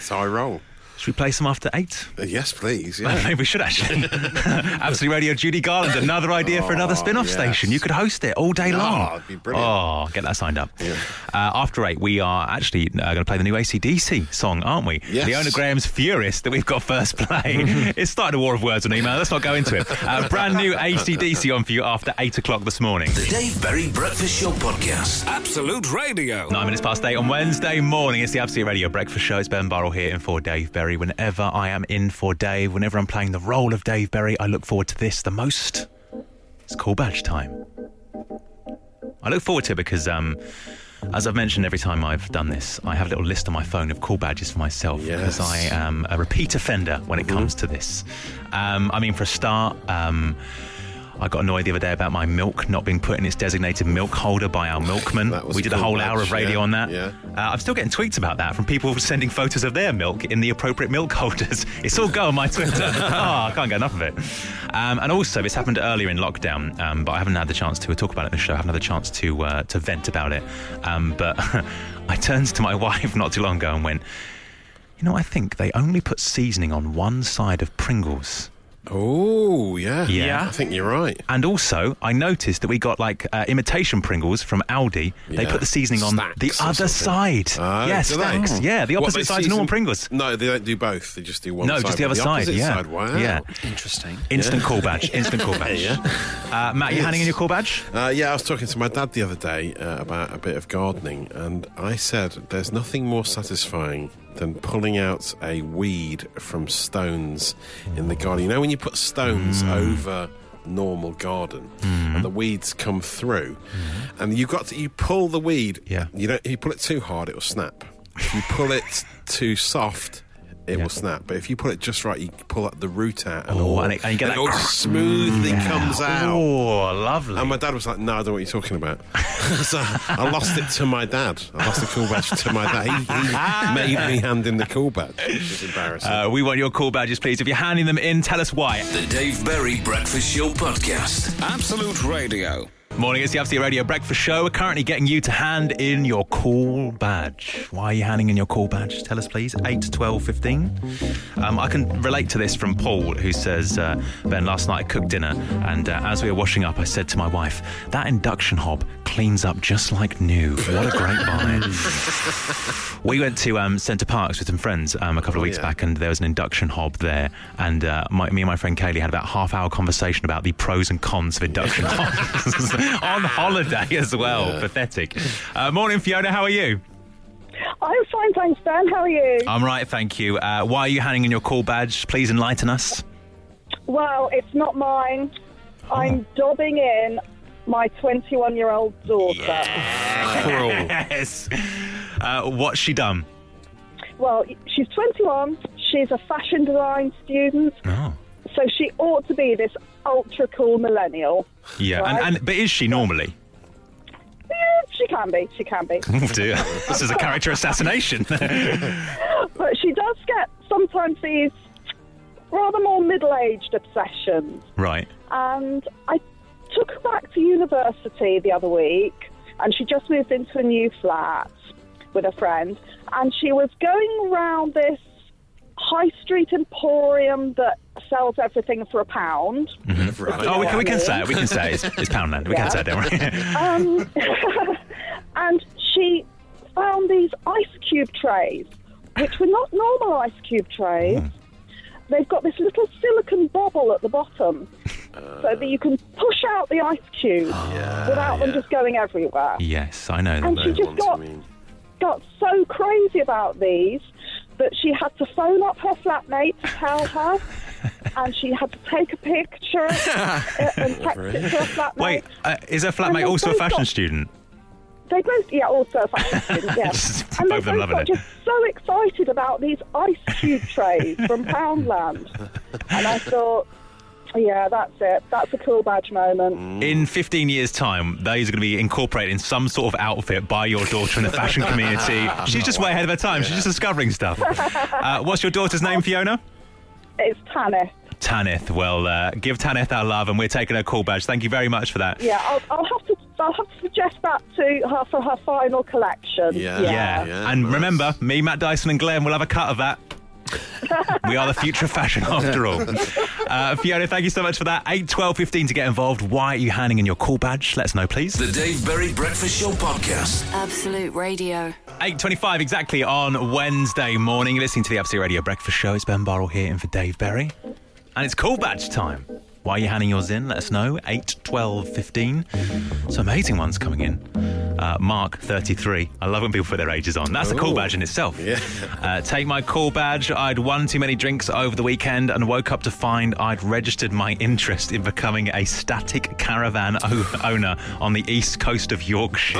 So I roll.
Should we play some after eight?
Uh, Yes, please.
Well,
Yeah.
Maybe we should actually. Absolute Radio Judy Garland, another idea for another
Oh,
spin off
yes.
station. You could host it all day
Oh,
long.
it'd be brilliant.
Oh, get that signed up. Uh, after eight, we are actually uh, going to play the new ACDC song, aren't we?
Yes.
Leona Graham's Furious that we've got first play. it's started a war of words on email. Let's not go into it. Uh, brand new ACDC on for you after eight o'clock this morning.
The Dave Berry Breakfast Show podcast.
Absolute Radio.
Nine minutes past eight on Wednesday morning. It's the Absolute Radio Breakfast Show. It's Ben Barrell here in for Dave Berry. Whenever I am in for Dave, whenever I'm playing the role of Dave Berry, I look forward to this the most. It's call badge time. I look forward to it because, um, as I've mentioned every time I've done this, I have a little list on my phone of call badges for myself because
Yes.
I am a repeat offender when it comes to this. Um, I mean, for a start, um, I got annoyed the other day about my milk not being put in its designated milk holder by our milkman.
That was
we
a
did a
cool
whole
badge,
hour of radio
yeah,
on that.
yeah.
Uh, I'm still getting tweets about that from people sending photos of their milk in the appropriate milk holders. It's all go on my Twitter. oh, I can't get enough of it. Um, and also, this happened earlier in lockdown, um, but I haven't had the chance to talk about it in the show. I haven't had the chance to uh, to vent about it. Um, but I turned to my wife not too long ago and went, "You know, I think they only put seasoning on one side of Pringles."
Oh, yeah.
Yeah.
I think you're right.
And also, I noticed that we got like uh, imitation Pringles from Aldi. They
Yeah.
put the seasoning on
Stacks
the
or
other
something.
side.
Oh,
yes,
do they?
stacks. Yeah, the
What,
opposite
they
side to normal
season-
Pringles.
No, they don't do both. They just do one
No,
side.
just the other
but
side.
opposite
yeah.
side, Wow.
Yeah.
Interesting.
Instant call badge. Instant call badge. uh, Matt, you handing in your call badge?
Uh, yeah, I was talking to my dad the other day uh, about a bit of gardening, and I said there's nothing more satisfying than pulling out a weed from stones in the garden. You know, when you put stones
Mm.
over normal garden
Mm-hmm.
and the weeds come through, and you got to, you pull the weed.
Yeah.
You know, if you pull it too hard, it will snap. If you pull it too soft. It
Yeah.
will snap, but if you pull it just right, you pull out the root out, and
Oh,
all,
and it- and you get that
all
cr-
smoothly comes out.
Oh, lovely.
And my dad was like, "No, I don't know what you're talking about." so I lost it to my dad. I lost the cool badge to my dad. He, he made me hand in the cool badge, which is embarrassing.
uh, we want your call badges, please. If you're handing them in, tell us why.
The Dave Berry Breakfast Show podcast.
Absolute Radio.
Morning, it's the Absolute Radio Breakfast Show. We're currently getting you to hand in your call badge. Why are you handing in your call badge? Tell us, please. 8, 12, 15. Um, I can relate to this from Paul, who says, uh, Ben, last night I cooked dinner, and uh, as we were washing up, I said to my wife, that induction hob cleans up just like new. What a great buy. we went to um, Centre Parks with some friends um, a couple of weeks
yeah.
back, and there was an induction hob there, and uh, my, me and my friend Kaylee had about a half hour conversation about the pros and cons of induction hobs on holiday as well. Pathetic. Uh, morning, Fiona. How are you?
I'm fine, thanks, Dan. How are you?
I'm right, thank you. Uh, why are you handing in your call badge? Please enlighten us.
Well, it's not mine. I'm dobbing in my 21 year old daughter.
Yes. Uh, what's she done?
well, she's 21. She's a fashion design student.
Oh.
So she ought to be this ultra cool millennial.
Yeah,
Right.
and, and but is she normally?
Yeah, she can be. She can be.
Oh dear, this is a character assassination.
but she does get sometimes these rather more middle-aged obsessions.
right.
And I took her back to university the other week, and she just moved into a new flat with a friend, and she was going round this high street emporium that sells everything for a pound.
Oh, we can, we can say it. We can say it. It's, it's Poundland. We
Yeah.
can say it. Don't worry.
um, and she found these ice cube trays, which were not normal ice cube trays. They've got this little silicon bobble at the bottom,
Uh.
so that you can push out the ice cube without them just going everywhere.
yes, I know.
And she
those
just
ones.
got, got so crazy about these that she had to phone up her flatmate to tell her. And she had to take a picture uh, and text it to her flatmate.
Wait, uh, is her
And
flatmate
they've
also a
both
fashion
got-
student?
They both, yeah, also fashion students, yeah. and they
Both of them
both
loving
got
it.
just so excited about these ice cube trays from Poundland. And I thought, yeah, that's it. That's a cool badge moment.
In 15 years' time, those are going to be incorporated in some sort of outfit by your daughter in the fashion community. She's just way ahead of her time. She's just discovering stuff. Uh, what's your daughter's name, Fiona?
It's Tanith.
Tanith. Well, uh, give Tanith our love, and we're taking her call badge. Thank you very much for that.
Yeah, I'll, I'll have to. I'll have to suggest that to her for her final collection.
Yeah. and remember, me, Matt Dyson, and Glenn will have a cut of that. we are the future of fashion after all. Uh, Fiona, thank you so much for that. 8, 12, 15 to get involved. Why are you handing in your call badge? Let us know, please.
The Dave Berry Breakfast Show podcast.
Absolute Radio.
8.25 exactly on Wednesday morning. You're listening to the Absolute Radio Breakfast Show. It's Ben Barrell here in for Dave Berry. And it's call badge time. Why are you handing yours in? Let us know. 8, 12, 15. Some amazing ones coming in. Uh, Mark, 33. I love when people put their ages on. That's a call
Ooh.
badge in itself. Uh, take my call badge. I'd one too many drinks over the weekend and woke up to find I'd registered my interest in becoming a static caravan o- owner on the east coast of Yorkshire.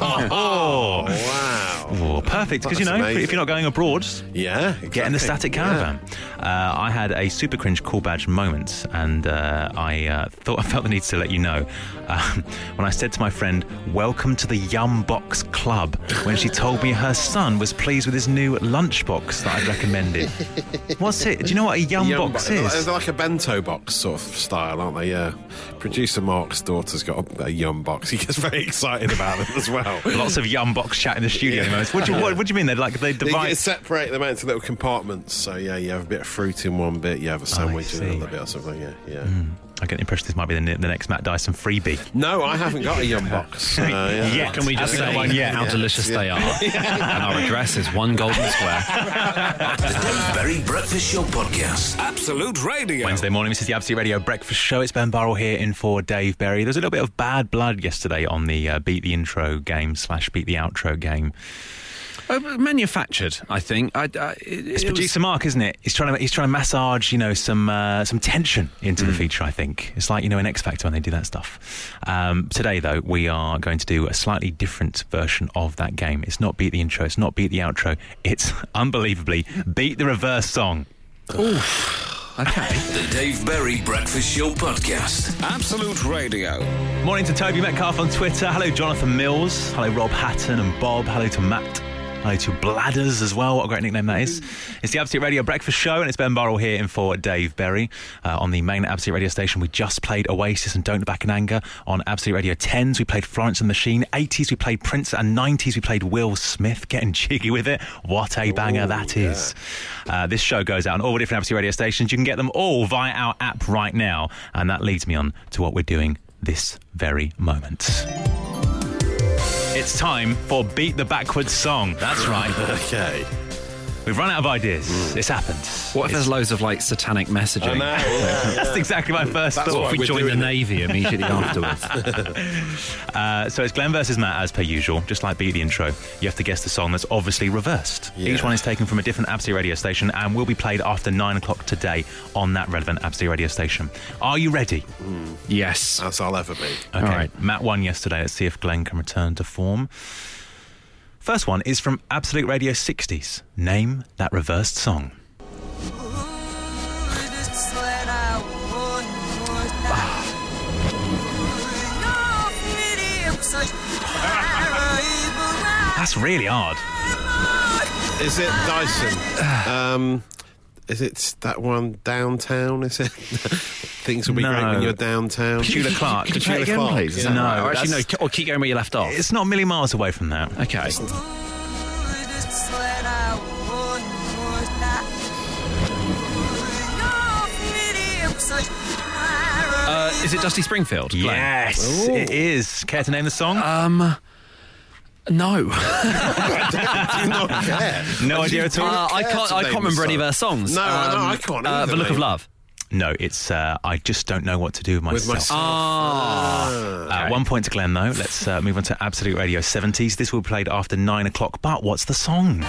oh, wow. perfect. Because, you know,
That's amazing.
if you're not going abroad,
yeah,
get in
exactly.
the static caravan. Uh, I had a super cringe call badge moment, and uh, I uh, thought I felt the need to let you know um, when I said to my friend, "Welcome to the Yum Box Club," when she told me her son was pleased with his new lunchbox that I'd recommended. What's it? Do you know what a Yum,
Yum
Box
bo-
is?
They're like a bento box sort of style, aren't they? Yeah. Producer Mark's daughter's got a, a yum box. He gets very excited about them as well.
Lots of Yum Box chat in the studio. at the moment. What, do you, what, what do you mean? They're like they
They
divide.
get- separate them out into little compartments. So yeah, you have a bit of fruit in one bit, you have a
Oh,
sandwich in another bit or something. Yeah, yeah.
I get the impression this might be the, ne- the next Matt Dyson freebie.
No, I haven't got a yum box. Uh, yeah.
Yet.
Can we just
Haven't got
say
one yet.
how
Yeah.
delicious they are?
Yeah.
and our address is One Golden Square.
The Dave Berry Breakfast Show podcast.
Absolute Radio.
Wednesday morning, this is the Absolute Radio Breakfast Show. It's Ben Barrell here in for Dave Berry. There's a little bit of bad blood yesterday on the uh, beat the intro game slash beat the outro game. Oh,
Uh, manufactured, I think. I, I, it,
It's
it was-
producer Mark, isn't it? He's trying to he's trying to massage you know some uh, some tension into the feature. I think it's like you know an X Factor when they do that stuff. Um, today though, we are going to do a slightly different version of that game. It's not beat the intro. It's not beat the outro. It's unbelievably beat the reverse song.
The Dave Berry Breakfast Show podcast.
Absolute Radio.
Morning to Toby Metcalf on Twitter. Hello, Jonathan Mills. Hello, Rob Hatton and Bob. Hello to Matt. Hello to Bladders as well. What a great nickname that is. It's the Absolute Radio Breakfast Show, and it's Ben Burrell here in for Dave Berry. Uh, on the main Absolute Radio station, we just played Oasis and Don't Look Back in Anger. On Absolute Radio 10s, we played Florence and the Machine. 80s, we played Prince, and 90s, we played Will Smith. Getting jiggy with it. What a banger that is. Uh, this show goes out on all the different Absolute Radio stations. You can get them all via our app right now. And that leads me on to what we're doing this very moment. It's time for Beat the Backwards Song. That's right. Mm. okay. We've run out of ideas. It's happened.
What if there's loads of like satanic messaging?
uh,
That's exactly my first
That's
thought.
why we join the Navy immediately afterwards.
Uh, so it's Glenn versus Matt as per usual, just like Beat the Intro. You have to guess the song that's obviously reversed. Each one is taken from a different Absolute Radio station and will be played after 9 o'clock today on that relevant Absolute Radio station. Are you ready?
Yes.
Uh, That's all I'll ever be.
Okay. Matt won yesterday. Let's see if Glenn can return to form. First one is from Absolute Radio 60s. Name that reversed song. That's really hard.
Is it Dyson? um, is it that one downtown? Is it things will be great when you're downtown?
Petula Clark.
Petula Clark, yeah.
No,
Or actually, no,
Or keep going where you left off. It's not a million miles away from that.
Oh,
Okay.
Uh, is it Dusty Springfield? Glenn?
Yes, it is. Care to name the song?
Um, no.
not care.
No idea at all.
Uh, I can't. I can't remember any of her songs.
No,
Um,
no, I can't
Uh,
either,
the Look of
mate.
Love.
No, it's uh, I just don't know what to do with myself.
With myself. Ah.
Uh, one point to Glenn, though. Let's uh, move on to Absolute Radio 70s. This will be played after nine o'clock, but what's the song?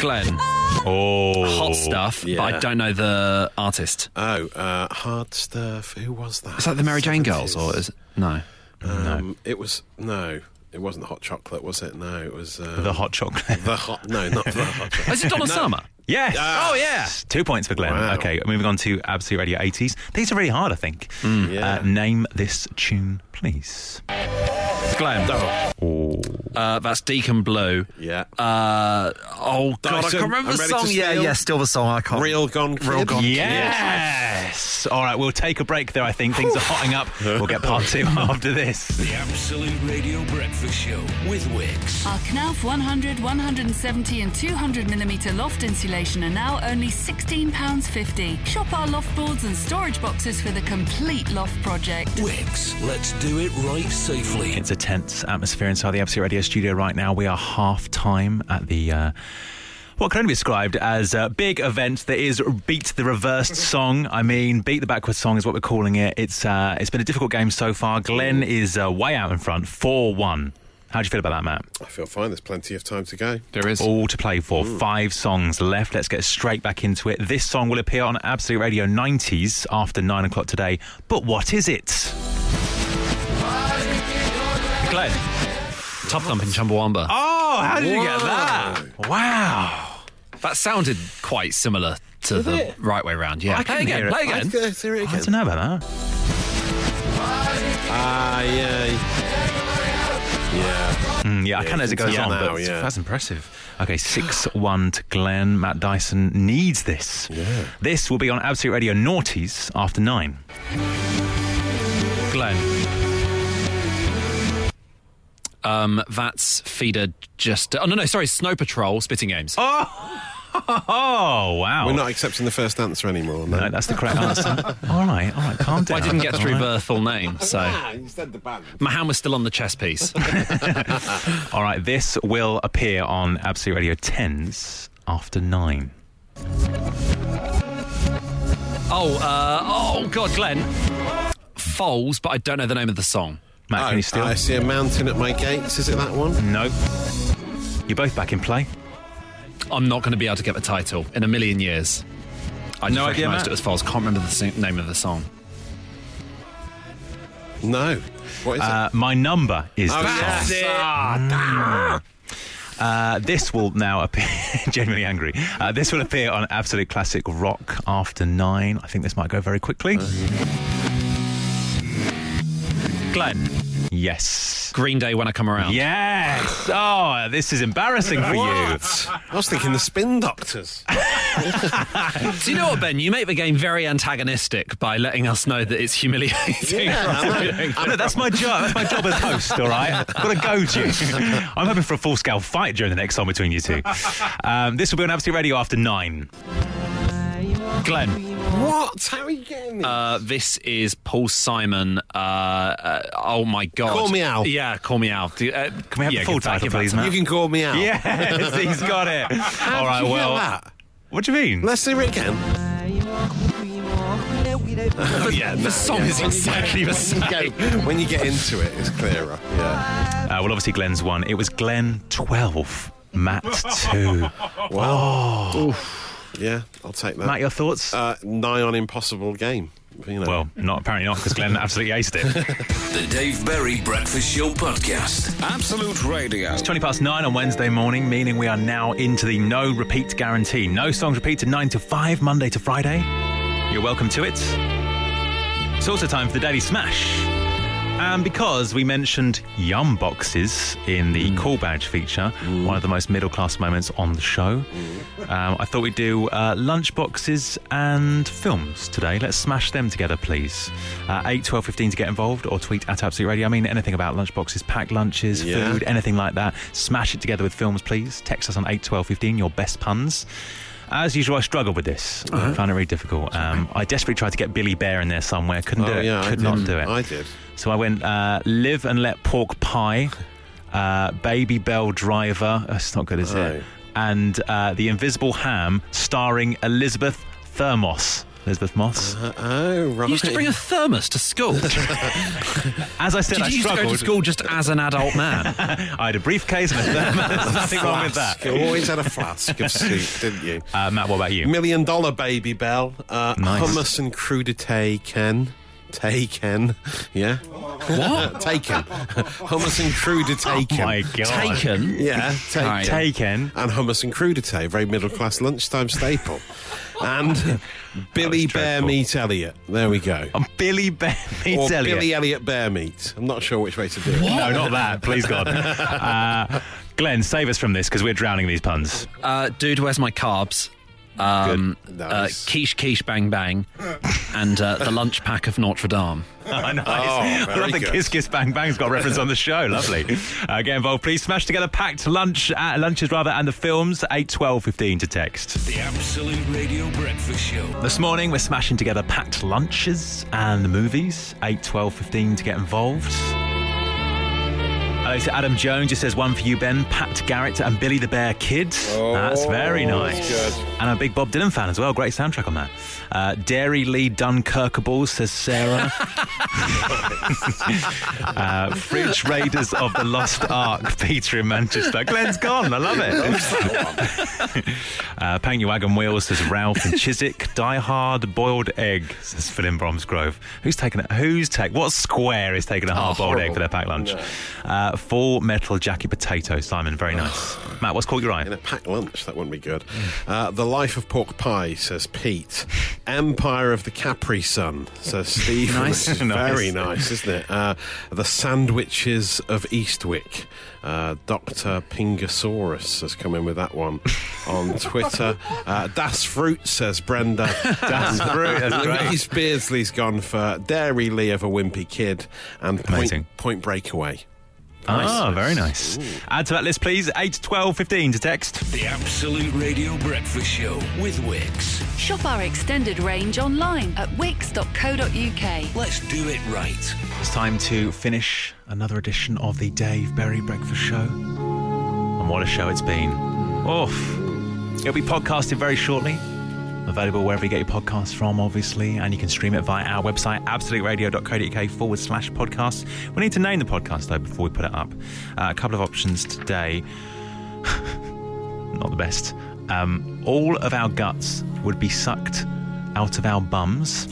Glenn.
Oh.
Hot stuff. But I don't know the artist.
Oh, uh, hard stuff. Who was that?
Is that the Mary Jane Girls or is no?
Um, It was no. It wasn't hot chocolate, was it? No, it was um,
The hot chocolate.
The hot. No, not the hot chocolate.
Is it Donna
No.
Summer?
Yes.
Ah.
Oh yeah.
Two points for Glenn. Okay, moving on to Absolute Radio 80s. These are really hard, I think.
Hmm.
Uh, name this tune, please.
Glenn. Uh, that's Deacon Blue.
Yeah.
Uh, oh God, I
Dyson,
can't remember
I'm
the
ready to
song. Yeah,
steal.
yeah, still the song. I can't.
Real gone. Kid.
Real Gone Kid.
Yes. All right, we'll take a break there, I think. Things are hotting up. We'll get part two after this.
The Absolute Radio Breakfast Show with Wix.
Our Knauf 100, 170 and 200mm loft insulation are now only £16.50. Shop our loft boards and storage boxes for the complete loft project.
Wix, let's do it right safely.
It's a tense atmosphere inside the Absolute Radio studio right now. We are half time at the. Uh, what can only be described as a big event that is beat the reversed song. I mean, beat the backwards song is what we're calling it. It's uh, it's been a difficult game so far. Glenn is uh, way out in front, four one. How do you feel about that, Matt?
I feel fine. There's plenty of time to go.
There is
all to play for. Five songs left. Let's get straight back into it. This song will appear on Absolute Radio 90s after nine o'clock today. But what is it?
Glenn. Top Thump in Chumbawamba.
Oh, how did you get that? Wow.
That sounded quite similar to the right way round. Yeah.
I
play
couldn't hear
again.
it.
Play
I
again.
Let's hear it
I
again.
don't know about that.
Ah, yeah. Yeah.
Mm, yeah, I
Yeah,
can as it
you can
goes
tell
on,
now,
but
yeah.
that's impressive. Okay, 6 1 to Glenn. Matt Dyson needs this. This will be on Absolute Radio Naughties after nine.
Glenn. Um, that's feeder just. Oh no, no, sorry, Snow Patrol, Spitting Games.
Oh, wow.
We're not accepting the first answer anymore. No,
No, that's the correct answer. all right, all right, calm
Well,
down.
I didn't get
All
through
right.
the full name, so
Ah, you said the band.
my hand was still on the chess piece.
All right, this will appear on Absolute Radio 10s after nine.
oh, uh, oh God, Glenn. Foals, but I don't know the name of the song.
Matt, can you
Oh,
steal?
I see a mountain at my gates. Is it that one?
Nope. You're both back in play.
I'm not going to be able to get the title in a million years. I just
No idea, Matt?
recognised it as Foals. Can't remember the sing- name of the song.
No. What is
Uh, my number is
it?
the song. Uh, this will now appear. genuinely angry. Uh, this will appear on Absolute Classic Rock after nine. I think this might go very quickly.
Uh-huh.
Glenn.
Yes.
Green Day when I come around.
Yes. Oh, this is embarrassing for you.
I was thinking the Spin Doctors.
Do you know what, Ben? You make the game very antagonistic by letting us know that it's humiliating.
Look, that's my job. That's my job as host. All right, I've got to goad you. I'm hoping for a full-scale fight during the next song between you two. Um, this will be on Absolute Radio after nine.
Glenn.
What? How are you getting it?
Uh, this is Paul Simon. Uh, uh, oh my God!
Call Me Al.
Yeah, call me out. Can we have
Can we have the full title, please, Matt?
you can call me out.
Yes, he's got it.
Oh. How
all
did
right,
you
well,
Get that?
what do you mean?
Let's hear it again. Oh, yeah,
The song is exactly the same.
when you get into it, it's clearer. Yeah.
Uh, well, obviously, Glenn's one. It was Glenn 12, Matt 2.
Wow. Yeah, I'll take that.
Matt, your thoughts?
uh, nigh on impossible game.
Uh, Well, not apparently not because Glenn absolutely aced it.
The Dave Berry Breakfast Show Podcast.
Absolute Radio. It's 20 past nine on Wednesday morning, meaning we are now into the no repeat guarantee. No songs repeated 9 to 5, Monday to Friday. You're welcome to it. It's also time for the Daily Smash. And because we mentioned yum boxes in the call badge feature, one of the most middle class moments on the show, um, I thought we'd do uh, lunch boxes and films today. Let's smash them together, please. Uh, 8, 12, 15 to get involved or tweet at Absolute Radio. I mean, anything about lunch boxes, packed lunches,
Yeah.
food, anything like that. Smash it together with films, please. Text us on 8, 12, 15, your best puns. As usual, I struggled with this. I found it really difficult. Um, I desperately tried to get Billy Bear in there somewhere. Couldn't do
Oh,
it.
yeah, I
Could not
did.
do it.
I did.
So I went uh, live and let pork pie, uh, baby bell driver. That's not good, is
No.
it? And uh, the invisible ham, starring Elizabeth Thermos. Elizabeth Moss.
oh, right.
You used to bring a thermos to school.
As I said,
Did
I
you used to go to
struggled.
school just as an adult man?
I had a briefcase and a thermos. There's nothing wrong with that.
Flask. You always had a flask of soup, didn't you?
Uh, Matt, what about you?
Million Dollar Baby Bell. Uh,
Nice.
Hummus and crudité Ken. Taken, yeah.
What?
taken. Hummus and crudité.
Oh my God. Taken?
Yeah,
Right.
taken.
Taken.
And hummus and crudité, very middle class lunchtime staple. and Billy Bear Meat Elliot. There we go.
Billy Bear Meat
or
Elliot.
Billy Elliot Bear Meat. I'm not sure which way to do it.
No, not that. Please God. Uh, Glenn, save us from this because we're drowning in these puns.
Uh, dude, where's my carbs? Um,
Good.
uh, quiche, quiche, bang, bang, and uh, the lunch pack of Notre Dame.
Oh, nice.
Oh,
I
very
love the
good.
Kiss Kiss Bang Bang's got a reference on the show. Lovely. Uh, get involved, please. Smash together packed lunch, uh, lunches rather, and the films, 8, 12, 15 to text.
The Absolute Radio Breakfast Show.
This morning, we're smashing together packed lunches and the movies, 8, 12, 15 to get involved. Hello to Adam Jones, who says one for you, Ben, Pat Garrett, and Billy the Bear Kid. that's very nice. And I'm a big Bob Dylan fan as well. Great soundtrack on that. Uh, Dairy Lee Dunkirkables, says Sarah. uh, Fridge Raiders of the Lost Ark, Peter in Manchester. Glenn's gone. I love it. Uh, Paint Your Wagon Wheels says Ralph and Chiswick. Die Hard Boiled Egg says Phil in Bromsgrove. Who's taking it? Who's take? What square is taking a hard boiled egg for their packed lunch? Uh, full Metal Jackie Potato. Simon, very nice. Matt, what's caught your eye?
In a packed lunch, that wouldn't be good. Uh, the Life of Pork Pie, says Pete. Empire of the Capri Sun, says Steve.
Nice.
Which is
Nice.
Very nice, isn't it? Uh, the Sandwiches of Eastwick. Uh, Dr. Pingasaurus has come in with that one on Twitter. Uh, das Fruit, says Brenda.
Das Fruit, that's great.
Louise Beardsley's gone for Dairy Lee of a Wimpy Kid and
Amazing.
Point, point Breakaway.
Ah, very nice. Add to that list, please. 8, 12, 15 to text.
The Absolute Radio Breakfast Show with Wix.
Shop our extended range online at wix.co.uk.
Let's do it right.
It's time to finish another edition of the Dave Berry Breakfast Show. And what a show it's been. Oof. It'll be podcasted very shortly. Available wherever you get your podcasts from, obviously, and you can stream it via our website, absoluteradio.co.uk forward slash podcast. We need to name the podcast, though, before we put it up. Uh, a couple of options today. Not the best. Um, all of our guts would be sucked out of our bums,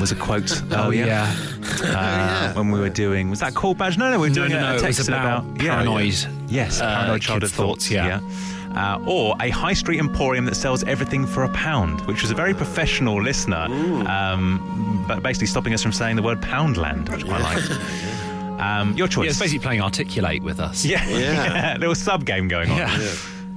was a quote earlier.
Oh, yeah.
Uh, When we were doing, was that call badge? No, no, we were
No,
doing
no,
a-
no,
a
it was
text
about paranoid,
Yes,
uh,
paranoid
kids'
childhood
thoughts,
thoughts.
yeah.
Uh, or a high street emporium that sells everything for a pound, which was a very professional listener, um, but basically stopping us from saying the word Poundland, which I liked. Um, your choice.
Yeah, it's basically playing articulate with us.
Yeah, yeah. little sub game going on.
Yeah.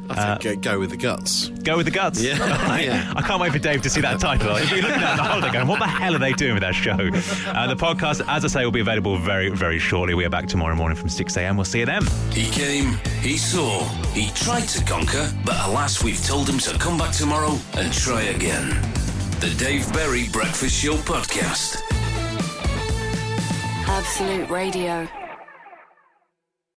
I think uh, go with the guts.
Go with the guts.
Yeah.
I,
Yeah.
I can't wait for Dave to see that title. Like, You'll be looking at the holiday going, what the hell are they doing with that show? Uh, the podcast, as I say, will be available very, very shortly. We are back tomorrow morning from 6 a.m. We'll see you then.
He came, he saw, he tried to conquer, but alas, we've told him to come back tomorrow and try again. The Dave Berry Breakfast Show Podcast.
Absolute Radio.